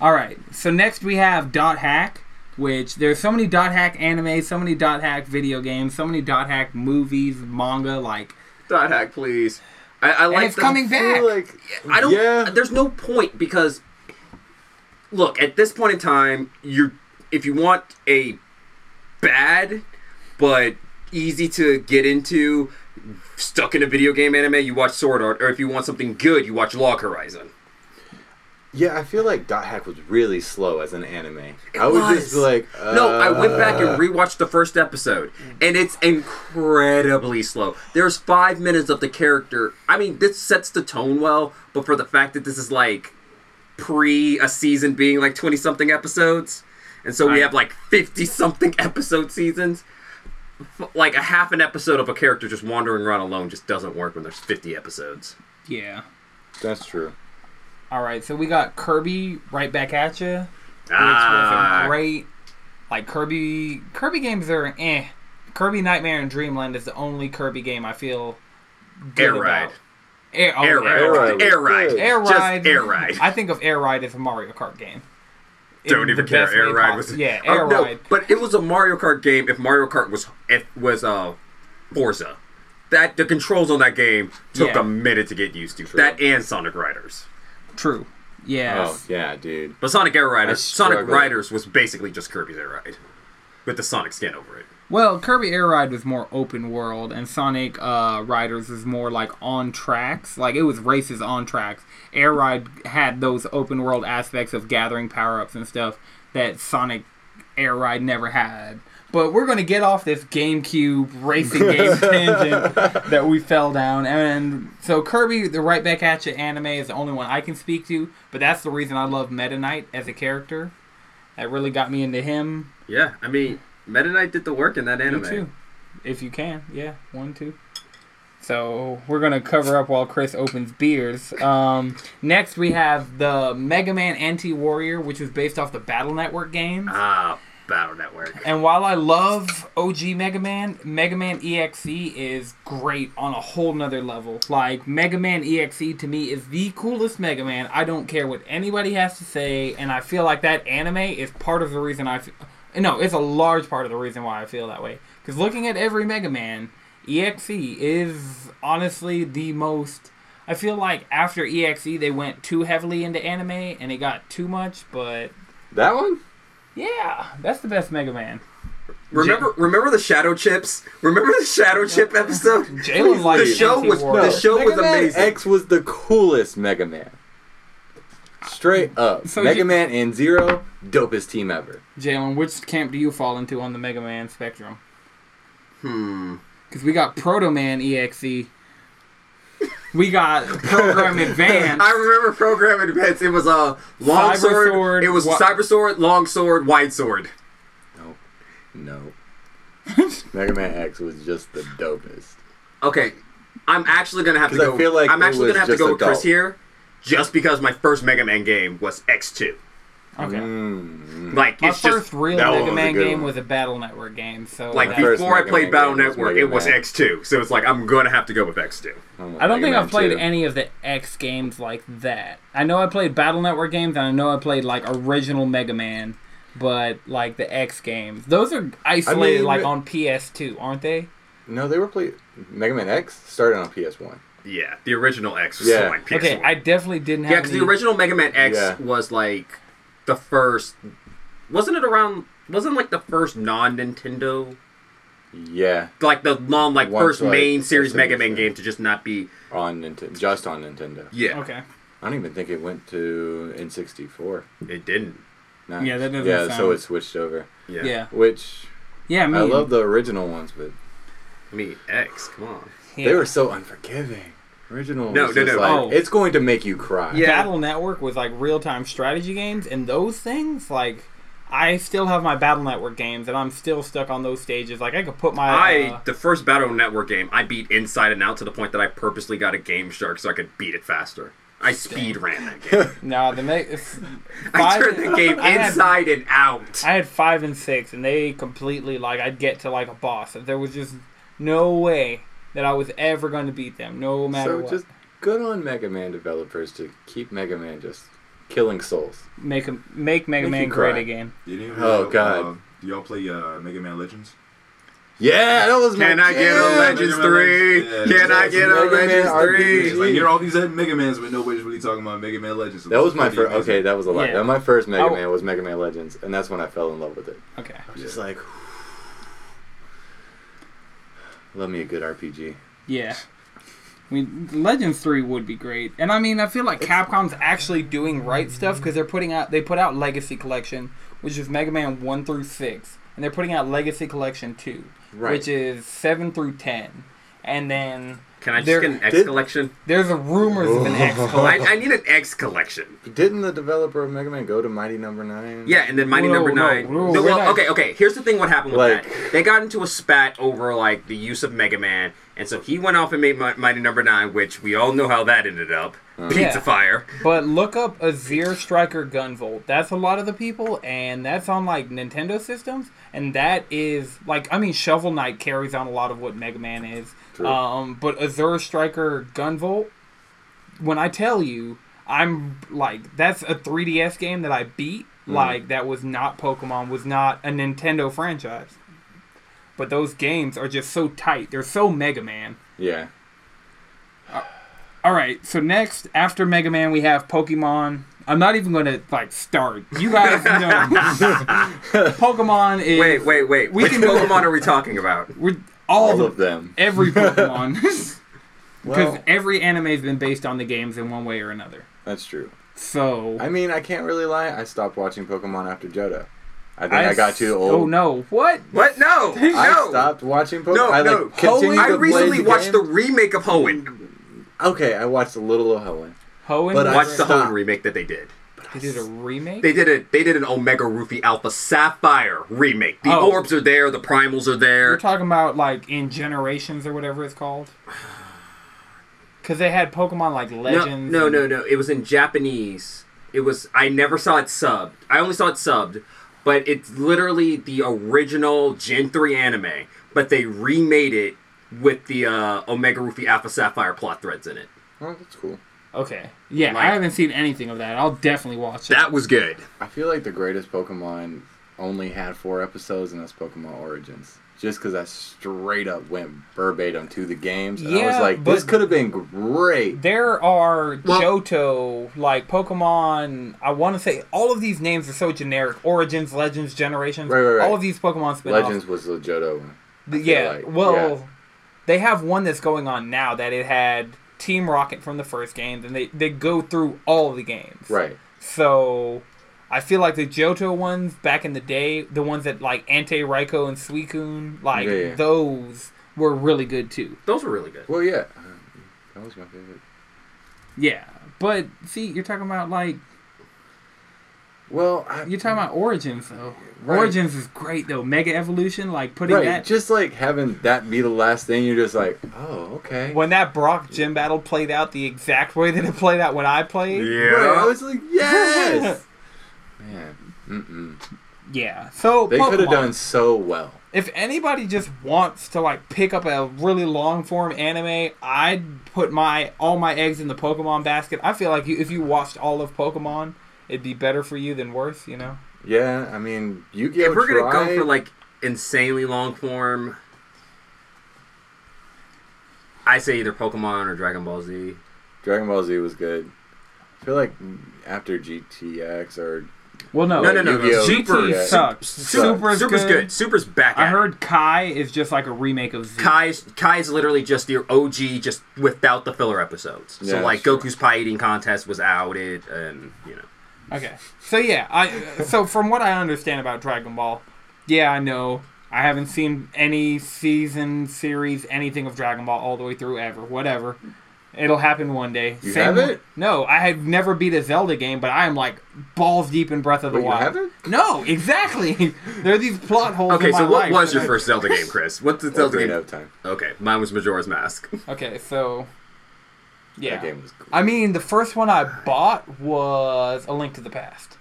S1: All right. So next we have Dot Hack, which there's so many Dot Hack anime, so many Dot Hack video games, so many Dot Hack movies, manga. Like
S2: Dot hack, please. I, I
S1: and
S2: like
S1: it's
S2: the-
S1: coming
S3: I
S1: back.
S3: feel like
S2: I don't.
S3: Yeah.
S2: There's no point because, look, at this point in time, you're if you want a bad but easy to get into stuck in a video game anime, you watch Sword Art, or if you want something good, you watch Log Horizon.
S3: Yeah, I feel like Dot Hack was really slow as an anime. I
S2: It
S3: would just
S2: was.
S3: be like,
S2: No, I went back
S3: uh,
S2: and rewatched the first episode, and it's incredibly slow. There's five minutes of the character. I mean, this sets the tone well, but for the fact that this is like pre a season being like 20 something episodes, and so we
S1: Right.
S2: have like 50 something episode seasons, f- like a half an episode of a character just wandering around alone just doesn't work when there's 50 episodes.
S1: Yeah.
S3: That's true.
S1: All right, so we got Kirby right back at you, which was
S2: Ah,
S1: a great. Like Kirby, Kirby games are eh. Kirby Nightmare and Dreamland is the only Kirby game I feel good
S2: Air
S1: about.
S2: Ride.
S1: Air, oh,
S2: Air
S3: Air
S2: Ride.
S3: Ride
S2: Air
S3: was
S2: Ride.
S3: good.
S1: Air
S2: Just
S1: Ride.
S2: Air Ride.
S1: I think of Air Ride as a Mario Kart game.
S2: Don't
S1: In
S2: even
S1: the
S2: care.
S1: best
S2: Air
S1: way
S2: Ride
S1: possi-
S2: was
S1: yeah,
S2: Oh,
S1: Air
S2: no,
S1: Ride.
S2: but it was a Mario Kart game. If Mario Kart was if was uh Forza, that the controls on that game took
S1: Yeah.
S2: a minute to get used to.
S3: True.
S2: That and Sonic Riders,
S1: True. Yeah.
S3: Oh yeah, dude.
S2: but Sonic Air Riders, Sonic
S3: struggled.
S2: Riders was basically just Kirby's Air Ride with the Sonic skin over it.
S1: Well, Kirby Air Ride was more open world, and Sonic uh, Riders is more like on tracks. Like it was races on tracks. Air Ride had those open world aspects of gathering power ups and stuff that Sonic Air Ride never had. But we're gonna get off this GameCube racing game tangent that we fell down, and so Kirby the Right Back At You anime is the only one I can speak to. But that's the reason I love Meta Knight as a character. That really got me into him.
S2: Yeah, I mean, Meta Knight did the work in that anime.
S1: You too. If you can, yeah, one, two. So we're gonna cover up while Chris opens beers. Um, next we have the Mega Man Anti Warrior, which was based off the Battle Network games.
S2: Ah, Battle Network.
S1: And while I love OG Mega Man, Mega Man EXE is great on a whole nother level. Like Mega Man EXE to me is the coolest Mega Man. I don't care what anybody has to say, and I feel like that anime is part of the reason I feel. No, it's a large part of the reason why I feel that way. Because looking at every Mega Man, EXE is honestly the most. I feel like after EXE they went too heavily into anime and it got too much, but
S3: That one?
S1: yeah, that's the best Mega Man.
S2: Remember, remember the Shadow Chips. Remember the Shadow Chip episode.
S1: Jalen likes
S2: the show was
S1: anti-war.
S2: the show
S3: Mega
S2: was
S3: Man
S2: amazing.
S3: X was the coolest Mega Man. Straight up,
S1: So
S3: Mega
S1: you-
S3: Man and Zero, dopest team ever.
S1: Jalen, which camp do you fall into on the Mega Man spectrum?
S2: Hmm.
S1: Because we got Proto Man EXE. We got Program Advance.
S2: I remember program advance. It was a uh, long
S1: Cyber
S2: sword.
S1: sword,
S2: It was
S1: wi-
S2: cyber sword, long sword, wide sword.
S3: No, no. Mega Man X was just the dopest.
S2: Okay, I'm actually gonna have to
S3: 'Cause I
S2: go.
S3: feel like
S2: I'm
S3: it
S2: actually
S3: was
S2: gonna have to
S3: just
S2: go with Chris
S3: adult.
S2: here, just because my first Mega Man game was X2.
S1: okay.
S3: Mm.
S2: Like
S1: My
S2: it's
S1: first
S2: just
S1: real
S3: that one
S1: Mega
S3: was a
S1: Man
S3: good
S1: game
S3: one.
S1: was a Battle Network game, so
S2: like
S1: that-
S3: first
S2: before I
S3: Mega
S2: played
S3: Man
S2: Battle
S3: game was
S2: Network,
S3: Mega
S2: it was
S3: Man.
S2: X2. So it's like I'm gonna have to go with X2.
S3: Oh,
S1: I don't
S3: Mega
S1: think
S3: Man
S1: I've played
S3: 2.
S1: any of the X games like that. I know I played Battle Network games, and I know I played like original Mega Man, but like the X games, those are isolated
S3: mean,
S1: like
S3: but-
S1: on PS2, aren't they?
S3: No, they were played. Mega Man X started on PS1.
S2: Yeah, the original X was
S3: Yeah.
S2: so like PS1.
S1: Okay, I definitely didn't have.
S2: Yeah, because the
S1: any-
S2: original Mega Man X
S3: Yeah.
S2: was like the first. Wasn't it around? Wasn't like the first non Nintendo,
S3: Yeah,
S2: like the non like
S3: Once,
S2: first
S3: like,
S2: main series
S3: that's
S2: Mega Man
S3: interesting.
S2: game to just not be.
S3: on Nintendo, just on Nintendo.
S2: Yeah,
S1: Okay.
S3: I don't even think it went to N64.
S2: it didn't.
S3: Nice.
S1: Yeah, that doesn't
S3: Yeah, so
S1: sound-
S3: it switched over.
S2: Yeah.
S1: Yeah.
S3: Which
S1: Yeah, me.
S3: I love the original ones, but
S2: I mean, X, come on.
S1: yeah.
S3: they were so unforgiving. Original.
S2: No,
S3: was
S2: no,
S3: just
S2: no.
S3: Like,
S1: Oh.
S3: It's going to make you cry.
S2: Yeah.
S1: Battle Network was like real time strategy games, and those things, like, I still have my Battle Network games, and I'm still stuck on those stages. Like, I could put my.
S2: I
S1: uh,
S2: the first Battle Network game I beat inside and out to the point that I purposely got a Game Shark so I could beat it faster. I speed ran that game.
S1: no, the. ma- it's-
S2: I
S1: five-
S2: turned the game
S1: I had-
S2: inside and out.
S1: I had five and six, and they completely like I'd get to like a boss. and There was just no way that I was ever going to beat them, no matter
S3: So
S1: what.
S3: just good on Mega Man developers to keep Mega Man just killing souls.
S1: make 'em- make Mega
S3: Make you
S1: Man great
S3: cry.
S1: again.
S4: Did any of
S3: Oh,
S4: y'all,
S3: God.
S4: Uh, do y'all play uh, Mega Man Legends?
S3: Yeah, that was
S2: Can
S3: my
S2: I get
S3: jam.
S2: a Legends
S4: Mega Man
S2: 3?
S4: Legends, yeah.
S2: Can I
S3: Yes,
S2: get a
S3: Mega Man
S2: Legends
S3: RPG.
S2: 3?
S4: It's like you're all these Mega Mans, but nobody's really talking about Mega Man Legends.
S3: That was my
S4: Pretty
S3: first. Okay,
S4: amazing.
S3: that was a lot.
S1: Yeah.
S3: That my first Mega
S1: I'll-
S3: Man was Mega Man Legends, and that's when I fell in love with it.
S1: Okay.
S3: I was just like, love me a good RPG.
S1: Yeah. I mean, Legends Three would be great, and I mean, I feel like Capcom's actually doing right stuff because they're putting out they put out Legacy Collection, which is Mega Man one through six, and they're putting out Legacy Collection two,
S3: Right.
S1: which is seven through ten, and then
S2: Can I just
S1: There-
S2: get an X
S3: Did-
S2: collection?
S1: there's a rumors of an X
S2: I,
S1: collection.
S2: I need an X collection.
S3: Didn't the developer of Mega Man go to Mighty Number Nine?
S2: Yeah, and then Mighty
S1: Whoa,
S2: Number
S1: no,
S2: Nine.
S1: whoa,
S2: No,
S1: we're
S2: well,
S1: not-
S2: okay, okay. Here's the thing. What happened with
S3: Like-
S2: that? They got into a spat over like the use of Mega Man, and so he went off and made Mi- Mighty Number Nine, which we all know how that ended up.
S3: Uh.
S2: Pizza
S1: Yeah.
S2: fire.
S1: But look up a Zero Striker Gunvolt. That's a lot of the people, and that's on like Nintendo systems, and that is like I mean Shovel Knight carries on a lot of what Mega Man is.
S3: True.
S1: Um, but Azure Striker Gunvolt, when I tell you, I'm like that's a 3DS game that I beat. Like that was not Pokemon, was not a Nintendo franchise. But those games are just so tight. They're so Mega Man.
S3: Yeah.
S1: All right. So next, after Mega Man, we have Pokemon. I'm not even gonna like start. You guys know, Pokemon is
S2: Wait, wait, wait.
S1: We
S2: Which
S1: can-
S2: Pokemon are we talking about?
S1: We're, all,
S3: All
S1: of
S3: of them.
S1: every Pokemon because
S3: Well,
S1: every anime has been based on the games in one way or another.
S3: that's true.
S1: So
S3: I mean, I can't really lie. I stopped watching Pokemon after Johto. I think
S1: I
S3: I, got
S1: s-
S3: too old.
S1: Oh no! What?
S2: What? No, no.
S3: I stopped watching Pokemon.
S2: No,
S3: I, like,
S2: no.
S3: continued
S2: I
S3: to play
S2: recently
S3: the
S2: watched
S3: game.
S2: the remake of Hoenn.
S3: Okay, I watched a little of Helen.
S1: Hoenn
S3: But I
S2: Watched the
S3: Stop.
S2: Hoenn remake that they did.
S1: they did a remake.
S2: They did a they did an Omega Ruffy Alpha Sapphire remake. The
S1: Oh.
S2: orbs are there, the primals are there.
S1: We're talking about like in Generations or whatever it's called. Because they had Pokemon like
S2: No,
S1: Legends.
S2: no,
S1: and-
S2: no, no. It was in Japanese. It was. I never saw it subbed. I only saw it subbed, but it's literally the original Gen three anime. But they remade it with the uh, Omega Ruffy Alpha Sapphire plot threads in it.
S3: Oh, that's cool.
S1: Okay. Yeah,
S2: Like-
S1: I haven't seen anything of that. I'll definitely watch it.
S2: That was good.
S3: I feel like the greatest Pokemon only had four episodes, and that's Pokemon Origins. Just because I straight up went verbatim to the games, and I was
S1: Yeah,
S3: like, "This
S1: but-
S3: could have been great."
S1: There are
S2: Well-
S1: Johto, like Pokemon. I want to say all of these names are so generic. Origins, Legends, Generations.
S3: Right, right, right.
S1: All of these Pokemon spin
S3: Legends was the Johto one.
S1: yeah.
S3: like,
S1: well,
S3: yeah.
S1: they have one that's going on now that it had Team Rocket from the first game, and they they go through all the games.
S3: Right.
S1: So I feel like the Johto ones back in the day, the ones that like Ante Raikou and Suicune, like
S3: Yeah, yeah.
S1: those were really good too.
S2: Those were really good.
S3: Well, yeah. That was my favorite.
S1: Yeah. But see, you're talking about like
S3: Well, I,
S1: You're talking about Origins, though.
S3: Right.
S1: Origins is great, though. Mega Evolution, like putting
S3: right?
S1: that.
S3: Just like having that be the last thing, you're just like, "Oh, okay."
S1: when that Brock gym battle played out the exact way that it played out when I played.
S3: Right, I was like, "Yes." Man, mm-mm.
S1: Yeah. So
S3: they could have
S1: Pokemon.
S3: done so well.
S1: If anybody just wants to like pick up a really long form anime, I'd put my all my eggs in the Pokemon basket. I feel like you, if you watched all of Pokemon, it'd be better for you than worse. You know.
S3: Yeah, I mean, you gi
S2: If we're gonna
S3: tried,
S2: go for like insanely long form, I say either Pokemon or Dragon Ball Z.
S3: Dragon Ball Z was good. I feel like after GTX or
S1: Well, no,
S2: No, no, no,
S3: Yu-Gi-Oh!
S2: no. Super
S1: GT
S3: Yeah.
S1: sucks.
S3: Sup-
S1: Super's,
S2: Super's
S1: good.
S2: good. Super's back.
S1: I
S2: at it.
S1: heard Kai is just like a remake of Z.
S2: Kai's Kai's literally just your OG, just without the filler episodes. So
S3: Yeah,
S2: like
S3: sure.
S2: Goku's pie eating contest was outed, and you know,
S1: Okay. So yeah, I so from what I understand about Dragon Ball, yeah, I know I haven't seen any season, series, anything of Dragon Ball all the way through ever. Whatever. It'll happen one day.
S3: You haven't?
S1: No, I have never beat a Zelda game, but I am like balls deep in Breath of the
S3: Wait, you
S1: Wild.
S3: haven't?
S1: No, exactly. there are these plot holes.
S2: okay.
S1: in my
S2: So what
S1: life
S2: was
S1: that
S2: your
S1: I-
S2: first Zelda game, Chris? What's the Zelda
S3: Zelda
S2: game?
S3: of Time.
S2: Okay, mine was Majora's Mask.
S1: Okay, so yeah,
S3: That game was cool.
S1: I mean, the first one I bought was A Link to the Past,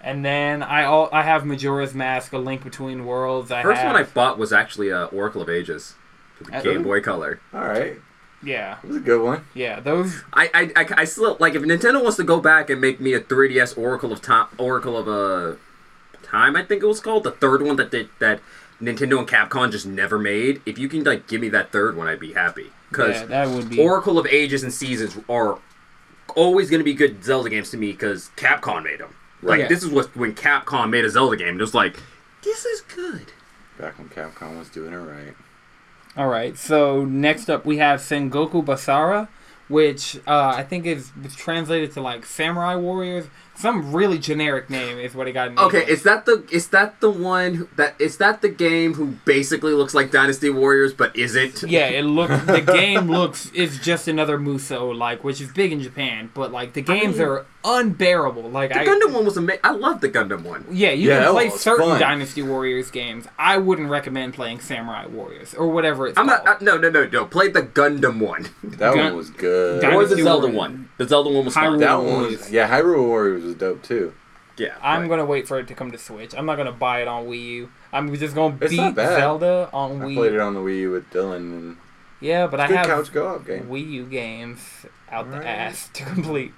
S1: and then I all I have Majora's Mask, A Link Between Worlds. I
S2: First
S1: have,
S2: one I bought was actually uh, Oracle of Ages, for the
S1: Uh,
S2: Game Boy Color.
S3: All right,
S1: yeah,
S3: it was a good one.
S1: yeah, those.
S2: I, I, I, I still like if Nintendo wants to go back and make me a 3DS Oracle of Time, Oracle of uh, Time, I think it was called the third one that did that Nintendo and Capcom just never made. If you can like give me that third one, I'd be happy. Because
S1: Yeah, that would be.
S2: Oracle of Ages and Seasons are always going to be good Zelda games to me because Capcom made them. Like
S1: Yeah.
S2: this is what when Capcom made a Zelda game, it was like this is good.
S3: Back when Capcom was doing it right.
S1: All right. So next up, we have Sengoku Basara, which uh, I think is was translated to like Samurai Warriors. Some really generic name is what it got. named
S2: Okay,
S1: as.
S2: is that the is that the one who- that is that the game who basically looks like Dynasty Warriors but isn't?
S1: yeah, it looks. The game looks is just another Muso, like which is big in Japan, but like the games
S2: mean-
S1: are unbearable. Like
S2: The
S1: I.
S2: Gundam one was amazing. I love the Gundam one.
S1: yeah, you
S3: Yeah,
S1: can
S3: that
S1: play
S3: one was
S1: certain
S3: fun.
S1: Dynasty Warriors games. I wouldn't recommend playing Samurai Warriors or whatever it's
S2: I'm not.
S1: called.
S2: I, no, no, no, no. Play the Gundam one.
S3: That
S1: Gun-
S3: one was good.
S1: Gun-
S2: or the
S1: Dynasty
S2: Zelda
S1: Warriors.
S2: one. The Zelda one was fun.
S1: Hyrule
S3: that one
S1: Warriors.
S3: was yeah. Hyrule Warriors was dope too.
S2: yeah.
S1: I'm
S2: right.
S1: gonna wait for it to come to Switch. I'm not gonna buy it on Wii U. I'm just gonna
S3: It's
S1: beat
S3: not bad.
S1: Zelda on
S3: I
S1: Wii.
S3: played it on the Wii U with Dylan and
S1: Yeah, but I
S3: good
S1: have
S3: couch co-op game.
S1: Wii U games out the
S3: Right.
S1: ass to complete.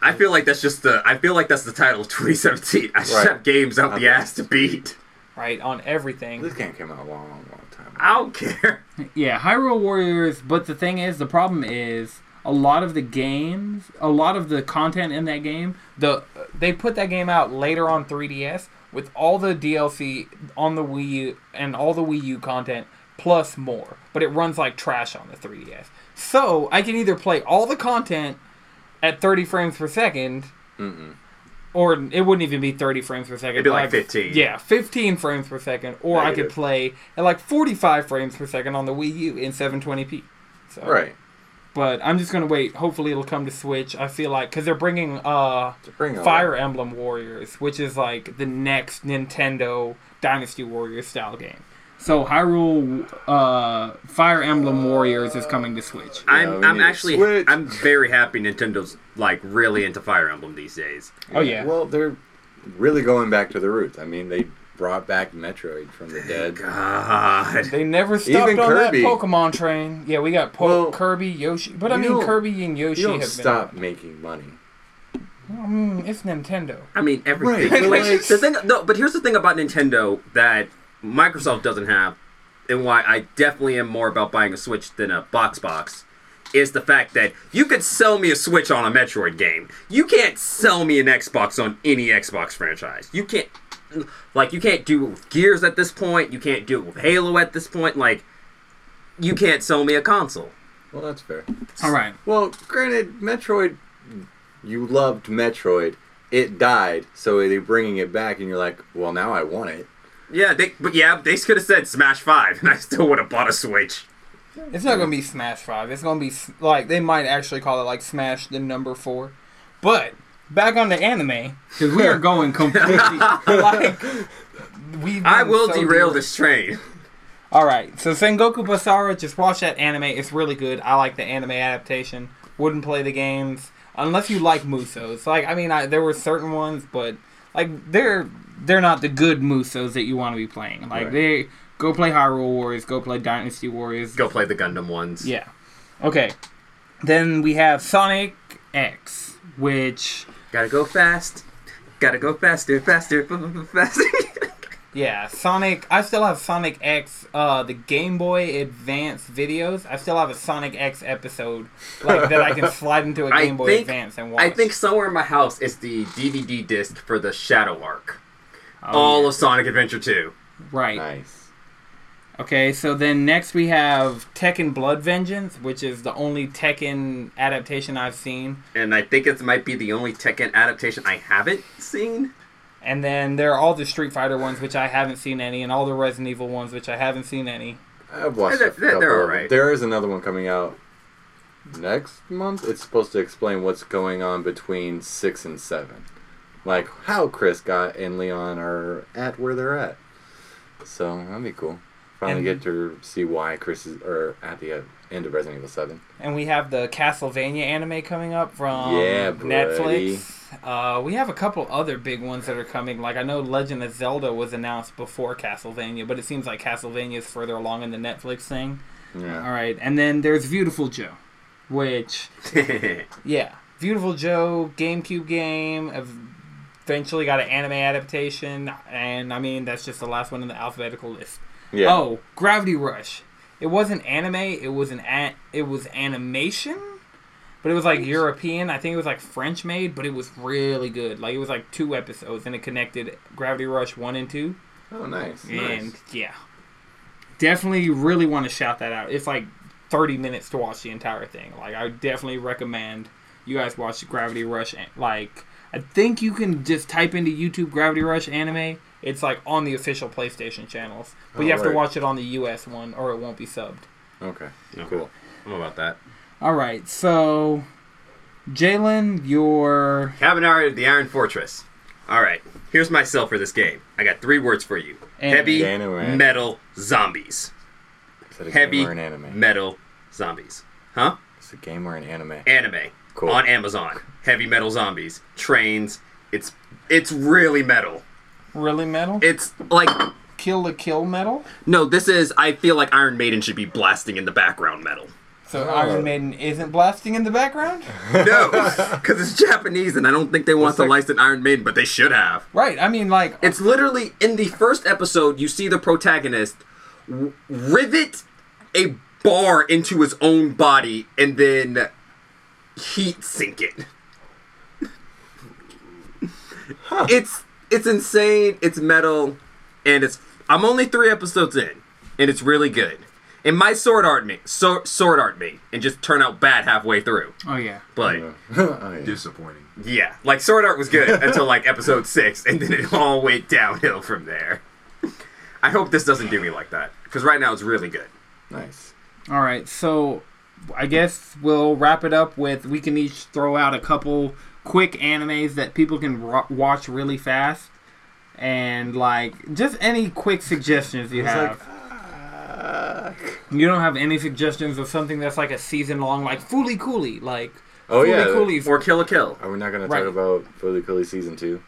S2: I feel like that's just the. I feel like that's the title of 2017. I just
S3: Right.
S2: have games out the
S3: Okay.
S2: ass to beat.
S1: Right on everything.
S3: This game came out a long, long time. ago.
S2: I don't care.
S1: Yeah, Hyrule Warriors. But the thing is, the problem is a lot of the games, a lot of the content in that game, the they put that game out later on 3DS with all the DLC on the Wii U and all the Wii U content plus more. But it runs like trash on the 3DS. So I can either play all the content at 30 frames per 2nd or it wouldn't even be 30 frames per 2nd
S2: It'd be like 15.
S1: Yeah, 15 frames per second, or I could
S3: Negative.
S1: play at like 45 frames per second on the Wii U in 720p. So,
S3: Right.
S1: But I'm just gonna wait. Hopefully, it'll come to Switch. I feel like because they're bringing uh
S3: To bring it
S1: Fire Emblem Warriors, which is like the next Nintendo Dynasty Warriors style game. So Hyrule uh, Fire Emblem Warriors is coming to Switch.
S3: we
S2: I'm.
S3: need
S2: I'm
S3: to
S2: actually.
S3: switch.
S2: I'm very happy Nintendo's like really into Fire Emblem these days.
S1: Oh yeah.
S3: Well, they're really going back to the roots. I mean, they brought back Metroid from the dead.
S2: God.
S1: They never stopped
S3: Even
S1: on
S3: Kirby.
S1: that Pokemon train. Yeah, we got po-
S3: Well,
S1: Kirby, Yoshi, but I
S3: you
S1: mean
S3: don't-
S1: Kirby and Yoshi
S3: You don't
S1: have
S3: stop making money.
S1: been. Mm, it's Nintendo.
S2: I mean everything.
S3: Right, but
S2: Like,
S3: like-
S2: the thing, no, but here's the thing about Nintendo that Microsoft doesn't have, and why I definitely am more about buying a Switch than a box box, is the fact that you could sell me a Switch on a Metroid game. You can't sell me an Xbox on any Xbox franchise. You can't, like, you can't do it with Gears at this point. You can't do it with Halo at this point. Like, you can't sell me a console.
S3: Well, that's fair.
S1: All right.
S3: Well, granted, Metroid, you loved Metroid. It died, so they're bringing it back, and you're like, well, now I want it.
S2: Yeah, they, but yeah, they could have said Smash Five, and I still would have bought a Switch.
S1: It's not gonna be Smash Five. It's gonna be s- like they might actually call it like Smash the number four. But back on the anime because we are going completely like we.
S2: I will derail this train.
S1: All right, so Sengoku Basara. Just watch that anime. It's really good. I like the anime adaptation. Wouldn't play the games unless you like Musos. Like I mean, I, there were certain ones, but like they're they're not the good Musos that you want to be playing. Like
S3: Right.
S1: they go play Hyrule Warriors. Go play Dynasty Warriors.
S2: go play the Gundam ones.
S1: Yeah. Okay. Then we have Sonic X, which
S2: Gotta go fast. Gotta go faster, faster, f- f- f- faster.
S1: yeah, Sonic. I still have Sonic X, uh, the Game Boy Advance videos. I still have a Sonic X episode like that I can slide into a
S2: I
S1: Game Boy
S2: think-
S1: Advance and watch.
S2: I think somewhere in my house is the DVD disc for the Shadow Arc. All of Sonic Adventure 2.
S1: Oh, right.
S3: Nice.
S1: Okay, so then next we have Tekken Blood Vengeance, which is the only Tekken adaptation I've seen.
S2: And I think it might be the only Tekken adaptation I haven't seen.
S1: And then there are all the Street Fighter ones, which I haven't seen any, and all the Resident Evil ones, which I haven't seen any.
S3: I've watched
S2: They're-
S3: a
S2: they're-
S3: couple
S2: they're
S3: of them.
S2: alright.
S3: There is another one coming out next month. It's supposed to explain what's going on between six and seven, like how Chris got and Leon are at where they're at. So that'd be cool. Finally
S1: And-
S3: get to see why Chris is or at the uh, end of Resident Evil Seven.
S1: And we have the Castlevania anime coming up from
S3: Yeah, buddy.
S1: Netflix. Uh, we have a couple other big ones that are coming. Like I know Legend of Zelda was announced before Castlevania, but it seems like Castlevania is further along in the Netflix thing.
S3: Yeah.
S1: All right, and then there's Beautiful Joe, which
S2: yeah,
S1: yeah, Beautiful Joe GameCube game of eventually got an anime adaptation, and I mean that's just the last one in the alphabetical list.
S3: Yeah.
S1: Oh, Gravity Rush. It wasn't anime. It was an a- it was animation, but it was like European. I think it was like French made, but it was really good. Like it was like two episodes, and it connected Gravity Rush one and two.
S3: Oh, nice.
S1: And
S3: Nice.
S1: yeah, definitely really want to shout that out. It's like 30 minutes to watch the entire thing. Like I definitely recommend you guys watch Gravity Rush. an- Like I think you can just type into YouTube Gravity Rush anime. It's like on the official PlayStation channels, but
S3: Oh,
S1: you have
S3: word.
S1: to watch it on the US one or it won't be subbed.
S3: Okay.
S2: No.
S3: Cool.
S2: I'm about that.
S1: All right, so Jalen, your
S2: Cabanara, the Iron Fortress. All right, here's my sell for this game. I got three words for you:
S1: Anime.
S2: heavy
S3: Anime.
S2: metal zombies.
S3: Is it a
S2: Heavy
S3: game or an anime?
S2: metal zombies. Huh?
S3: It's a game or an anime.
S2: Anime
S3: Cool.
S2: on Amazon. Heavy metal zombies. Trains. It's it's really metal.
S1: really metal
S2: It's like
S1: kill the kill metal.
S2: no. This is. I feel like Iron Maiden should be blasting in the background metal.
S1: So
S3: Oh.
S1: Iron Maiden isn't blasting in the background.
S2: No, because it's Japanese, and I don't think they want to
S3: like-
S2: license Iron Maiden, but they should have.
S1: Right. I mean, like
S2: It's literally in the first episode, you see the protagonist w- rivet a bar into his own body and then heat sink it. It's it's insane, it's metal, and it's I'm only three episodes in, and it's really good. And my sword art me, so, sword art me, and just turn out bad halfway through.
S1: oh yeah.
S2: But
S3: oh, yeah.
S4: Disappointing.
S2: yeah, like Sword Art was good until like episode six, and then it all went downhill from there. I hope this doesn't do me like that because right now it's really good.
S3: Nice.
S1: All right, so I guess we'll wrap it up with we can each throw out a couple quick animes that people can ro- watch really fast, and like just any quick suggestions you have. you don't have any suggestions of something that's like a season long, like Foolie Cooley, like
S3: Oh, yeah.
S1: Cooley's.
S2: Or Kill a Kill.
S3: Are we not going
S1: Right.
S3: to talk about Fully Cooley season two?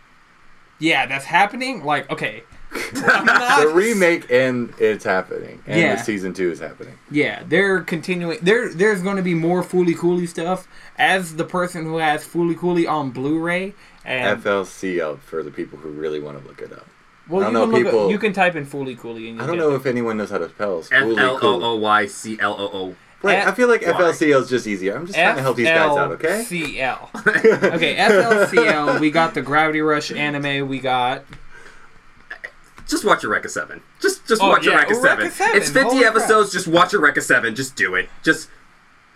S1: Yeah, that's happening. Like okay,
S3: The remake and it's happening, and
S1: Yeah.
S3: the season two is happening.
S1: Yeah, they're continuing. There, there's going to be more Foolie Cooley stuff. As the person who has Foolie Cooley on Blu-ray, and
S3: FLC up for the people who really want to look it up.
S1: well,
S3: I don't
S1: you can
S3: know,
S1: look.
S3: people-
S1: Up, you can type in Foolie Cooley, and you
S3: I don't know if anyone knows how to spell
S2: F
S3: Fully
S2: L O
S3: Cooley.
S2: O Y C L O
S3: Wait,
S1: F-
S3: I feel like
S2: Why?
S3: FLCL is just easier. I'm just trying to help these guys out, okay?
S1: FLCL. okay, FLCL. We got the Gravity Rush anime. We got
S2: O. Just watch Eureka Seven. Just just
S1: Oh,
S2: watch
S1: yeah,
S2: Eureka,
S1: Eureka
S2: 7.
S1: 7,
S2: It's fifty
S1: holy crap.
S2: episodes. Just watch Eureka Seven. Just do it. Just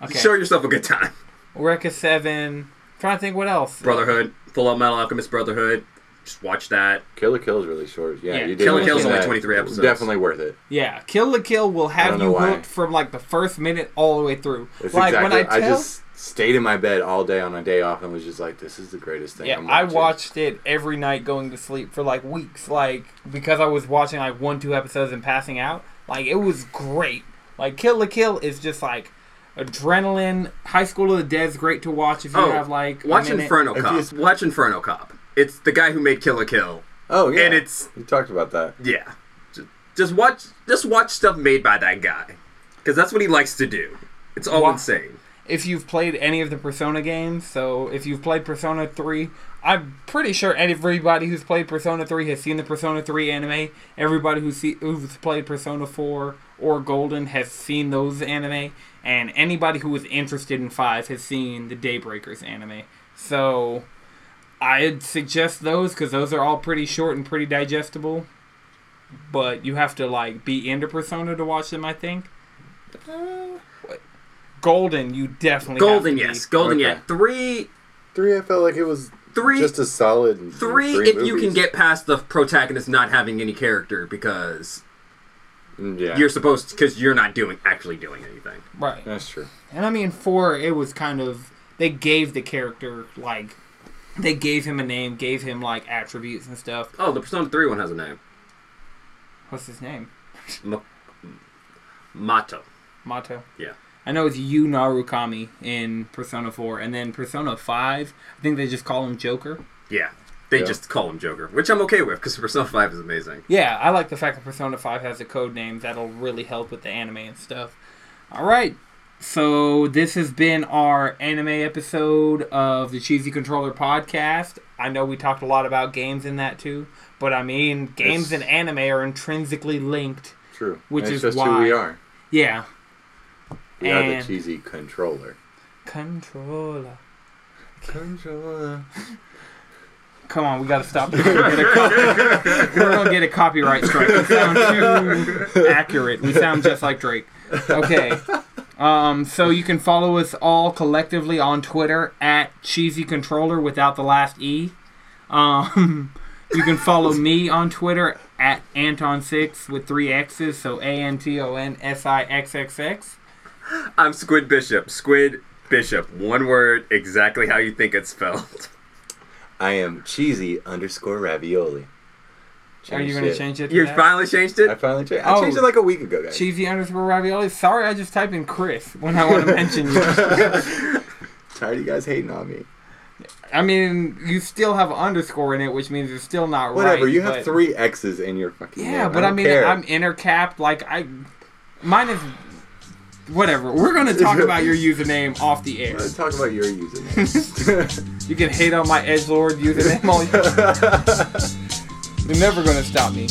S1: okay,
S2: show yourself a good time.
S1: Eureka Seven. Trying to think what else.
S2: Brotherhood, Full Out Metal Alchemist Brotherhood. Just watch that.
S3: Killer Kill is really short. Yeah,
S1: Yeah,
S3: you did.
S2: Kill
S1: la Kill's
S3: mention
S1: only
S3: that.
S2: 23 episodes.
S3: Definitely worth it.
S1: Yeah, Kill the Kill will
S3: I
S1: have
S3: don't
S1: you
S3: know why.
S1: hooked from like the first minute all the way through.
S3: It's
S1: like
S3: exactly.
S1: when I
S3: I,
S1: tell.
S3: just stayed in my bed all day on a day off and was just like, "This is the greatest thing."
S1: Yeah,
S3: I'm
S1: I
S3: watching.
S1: watched it every night going to sleep for like weeks, like because I was watching like one, two episodes and passing out. Like it was great. Like Kill the Kill is just like adrenaline. High School of the Dead's great to watch if you
S2: Oh,
S1: have like a
S2: watch
S1: minute.
S2: Inferno
S3: If
S2: Cop.
S3: you-
S2: Watch Inferno Cop. It's the guy who made Kill a Kill.
S3: Oh yeah,
S2: And it's-
S3: we talked about that.
S2: Yeah. Just, just watch just watch stuff made by that guy. Cuz that's what he likes to do. It's all
S1: Wow.
S2: insane.
S1: If you've played any of the Persona games, so if you've played Persona Three, I'm pretty sure everybody who's played Persona Three has seen the Persona Three anime. Everybody who's see, who's played Persona Four or Golden has seen those anime, and anybody who was interested in Five has seen the Daybreakers anime. So I'd suggest those because those are all pretty short and pretty digestible. But you have to like be into Persona to watch them, I think. What? Golden, you definitely have
S2: Uh, Golden
S1: to be.
S2: yes. Golden
S3: Okay.
S2: yes. 3
S3: Three, I felt like it was
S2: 3
S3: just a solid
S2: 3 if you can get past the protagonist not having any character because
S3: can get. Mm, Yeah,
S2: you're supposed cuz you're not doing actually doing anything.
S1: Right.
S3: that's true.
S1: And I mean, four, it was kind of they gave the character like they gave him a name, gave him like attributes and stuff.
S2: Oh, the Persona 3 one has a name.
S1: What's his name?
S2: M- Mato.
S1: Mato.
S2: Yeah.
S1: I know it's Yu Narukami in Persona Four, and then Persona Five. I think they just call him Joker.
S2: Yeah. They
S3: Yeah.
S2: just call him Joker, which I'm okay with cuz Persona 5 is amazing.
S1: Yeah, I like the fact that Persona 5 has a code name that'll really help with the anime and stuff. All right. So this has been our anime episode of the Cheesy Controller podcast. I know we talked a lot about games in that too, but I mean, games
S3: It's-
S1: and anime are intrinsically linked.
S3: True.
S1: Which
S3: And
S1: is
S3: it's just
S1: why-
S3: who we are.
S1: Yeah,
S3: We are
S1: And-
S3: the cheesy controller.
S1: controller.
S3: Controller.
S1: Come on, we gotta stop. We're gonna get a, co- we're gonna get a copyright strike. We sound too accurate. We sound just like Drake. Okay. Um, so you can follow us all collectively on Twitter at Cheesy Controller without the last E. Um, you can follow me on Twitter at Anton6 with three X's, so A N T O N S I X X X.
S2: I'm Squid Bishop. Squid Bishop. One word, exactly how you think it's spelled.
S3: I am cheesy underscore ravioli.
S1: Are you
S3: Changed
S1: gonna change it? to
S2: You
S1: that?
S2: finally changed
S3: I
S2: it?
S3: finally changed.
S1: Oh.
S3: I changed it like a week ago, guys.
S1: Cheesy underscore ravioli. Sorry, I just typed in Chris when I want to mention you.
S3: Tired of you guys hating on me.
S1: I mean, you still have an underscore in it, which means it's still not right.
S3: Whatever. you have
S1: but-
S3: three X's in your fucking.
S1: Yeah,
S3: name.
S1: but I,
S3: don't
S1: mean,
S3: care.
S1: I'm inner capped. Like I, mine is whatever. We're gonna talk about your username off the air.
S3: Let's talk about your username.
S1: You can hate on my edgelord username all you. You're never gonna stop me.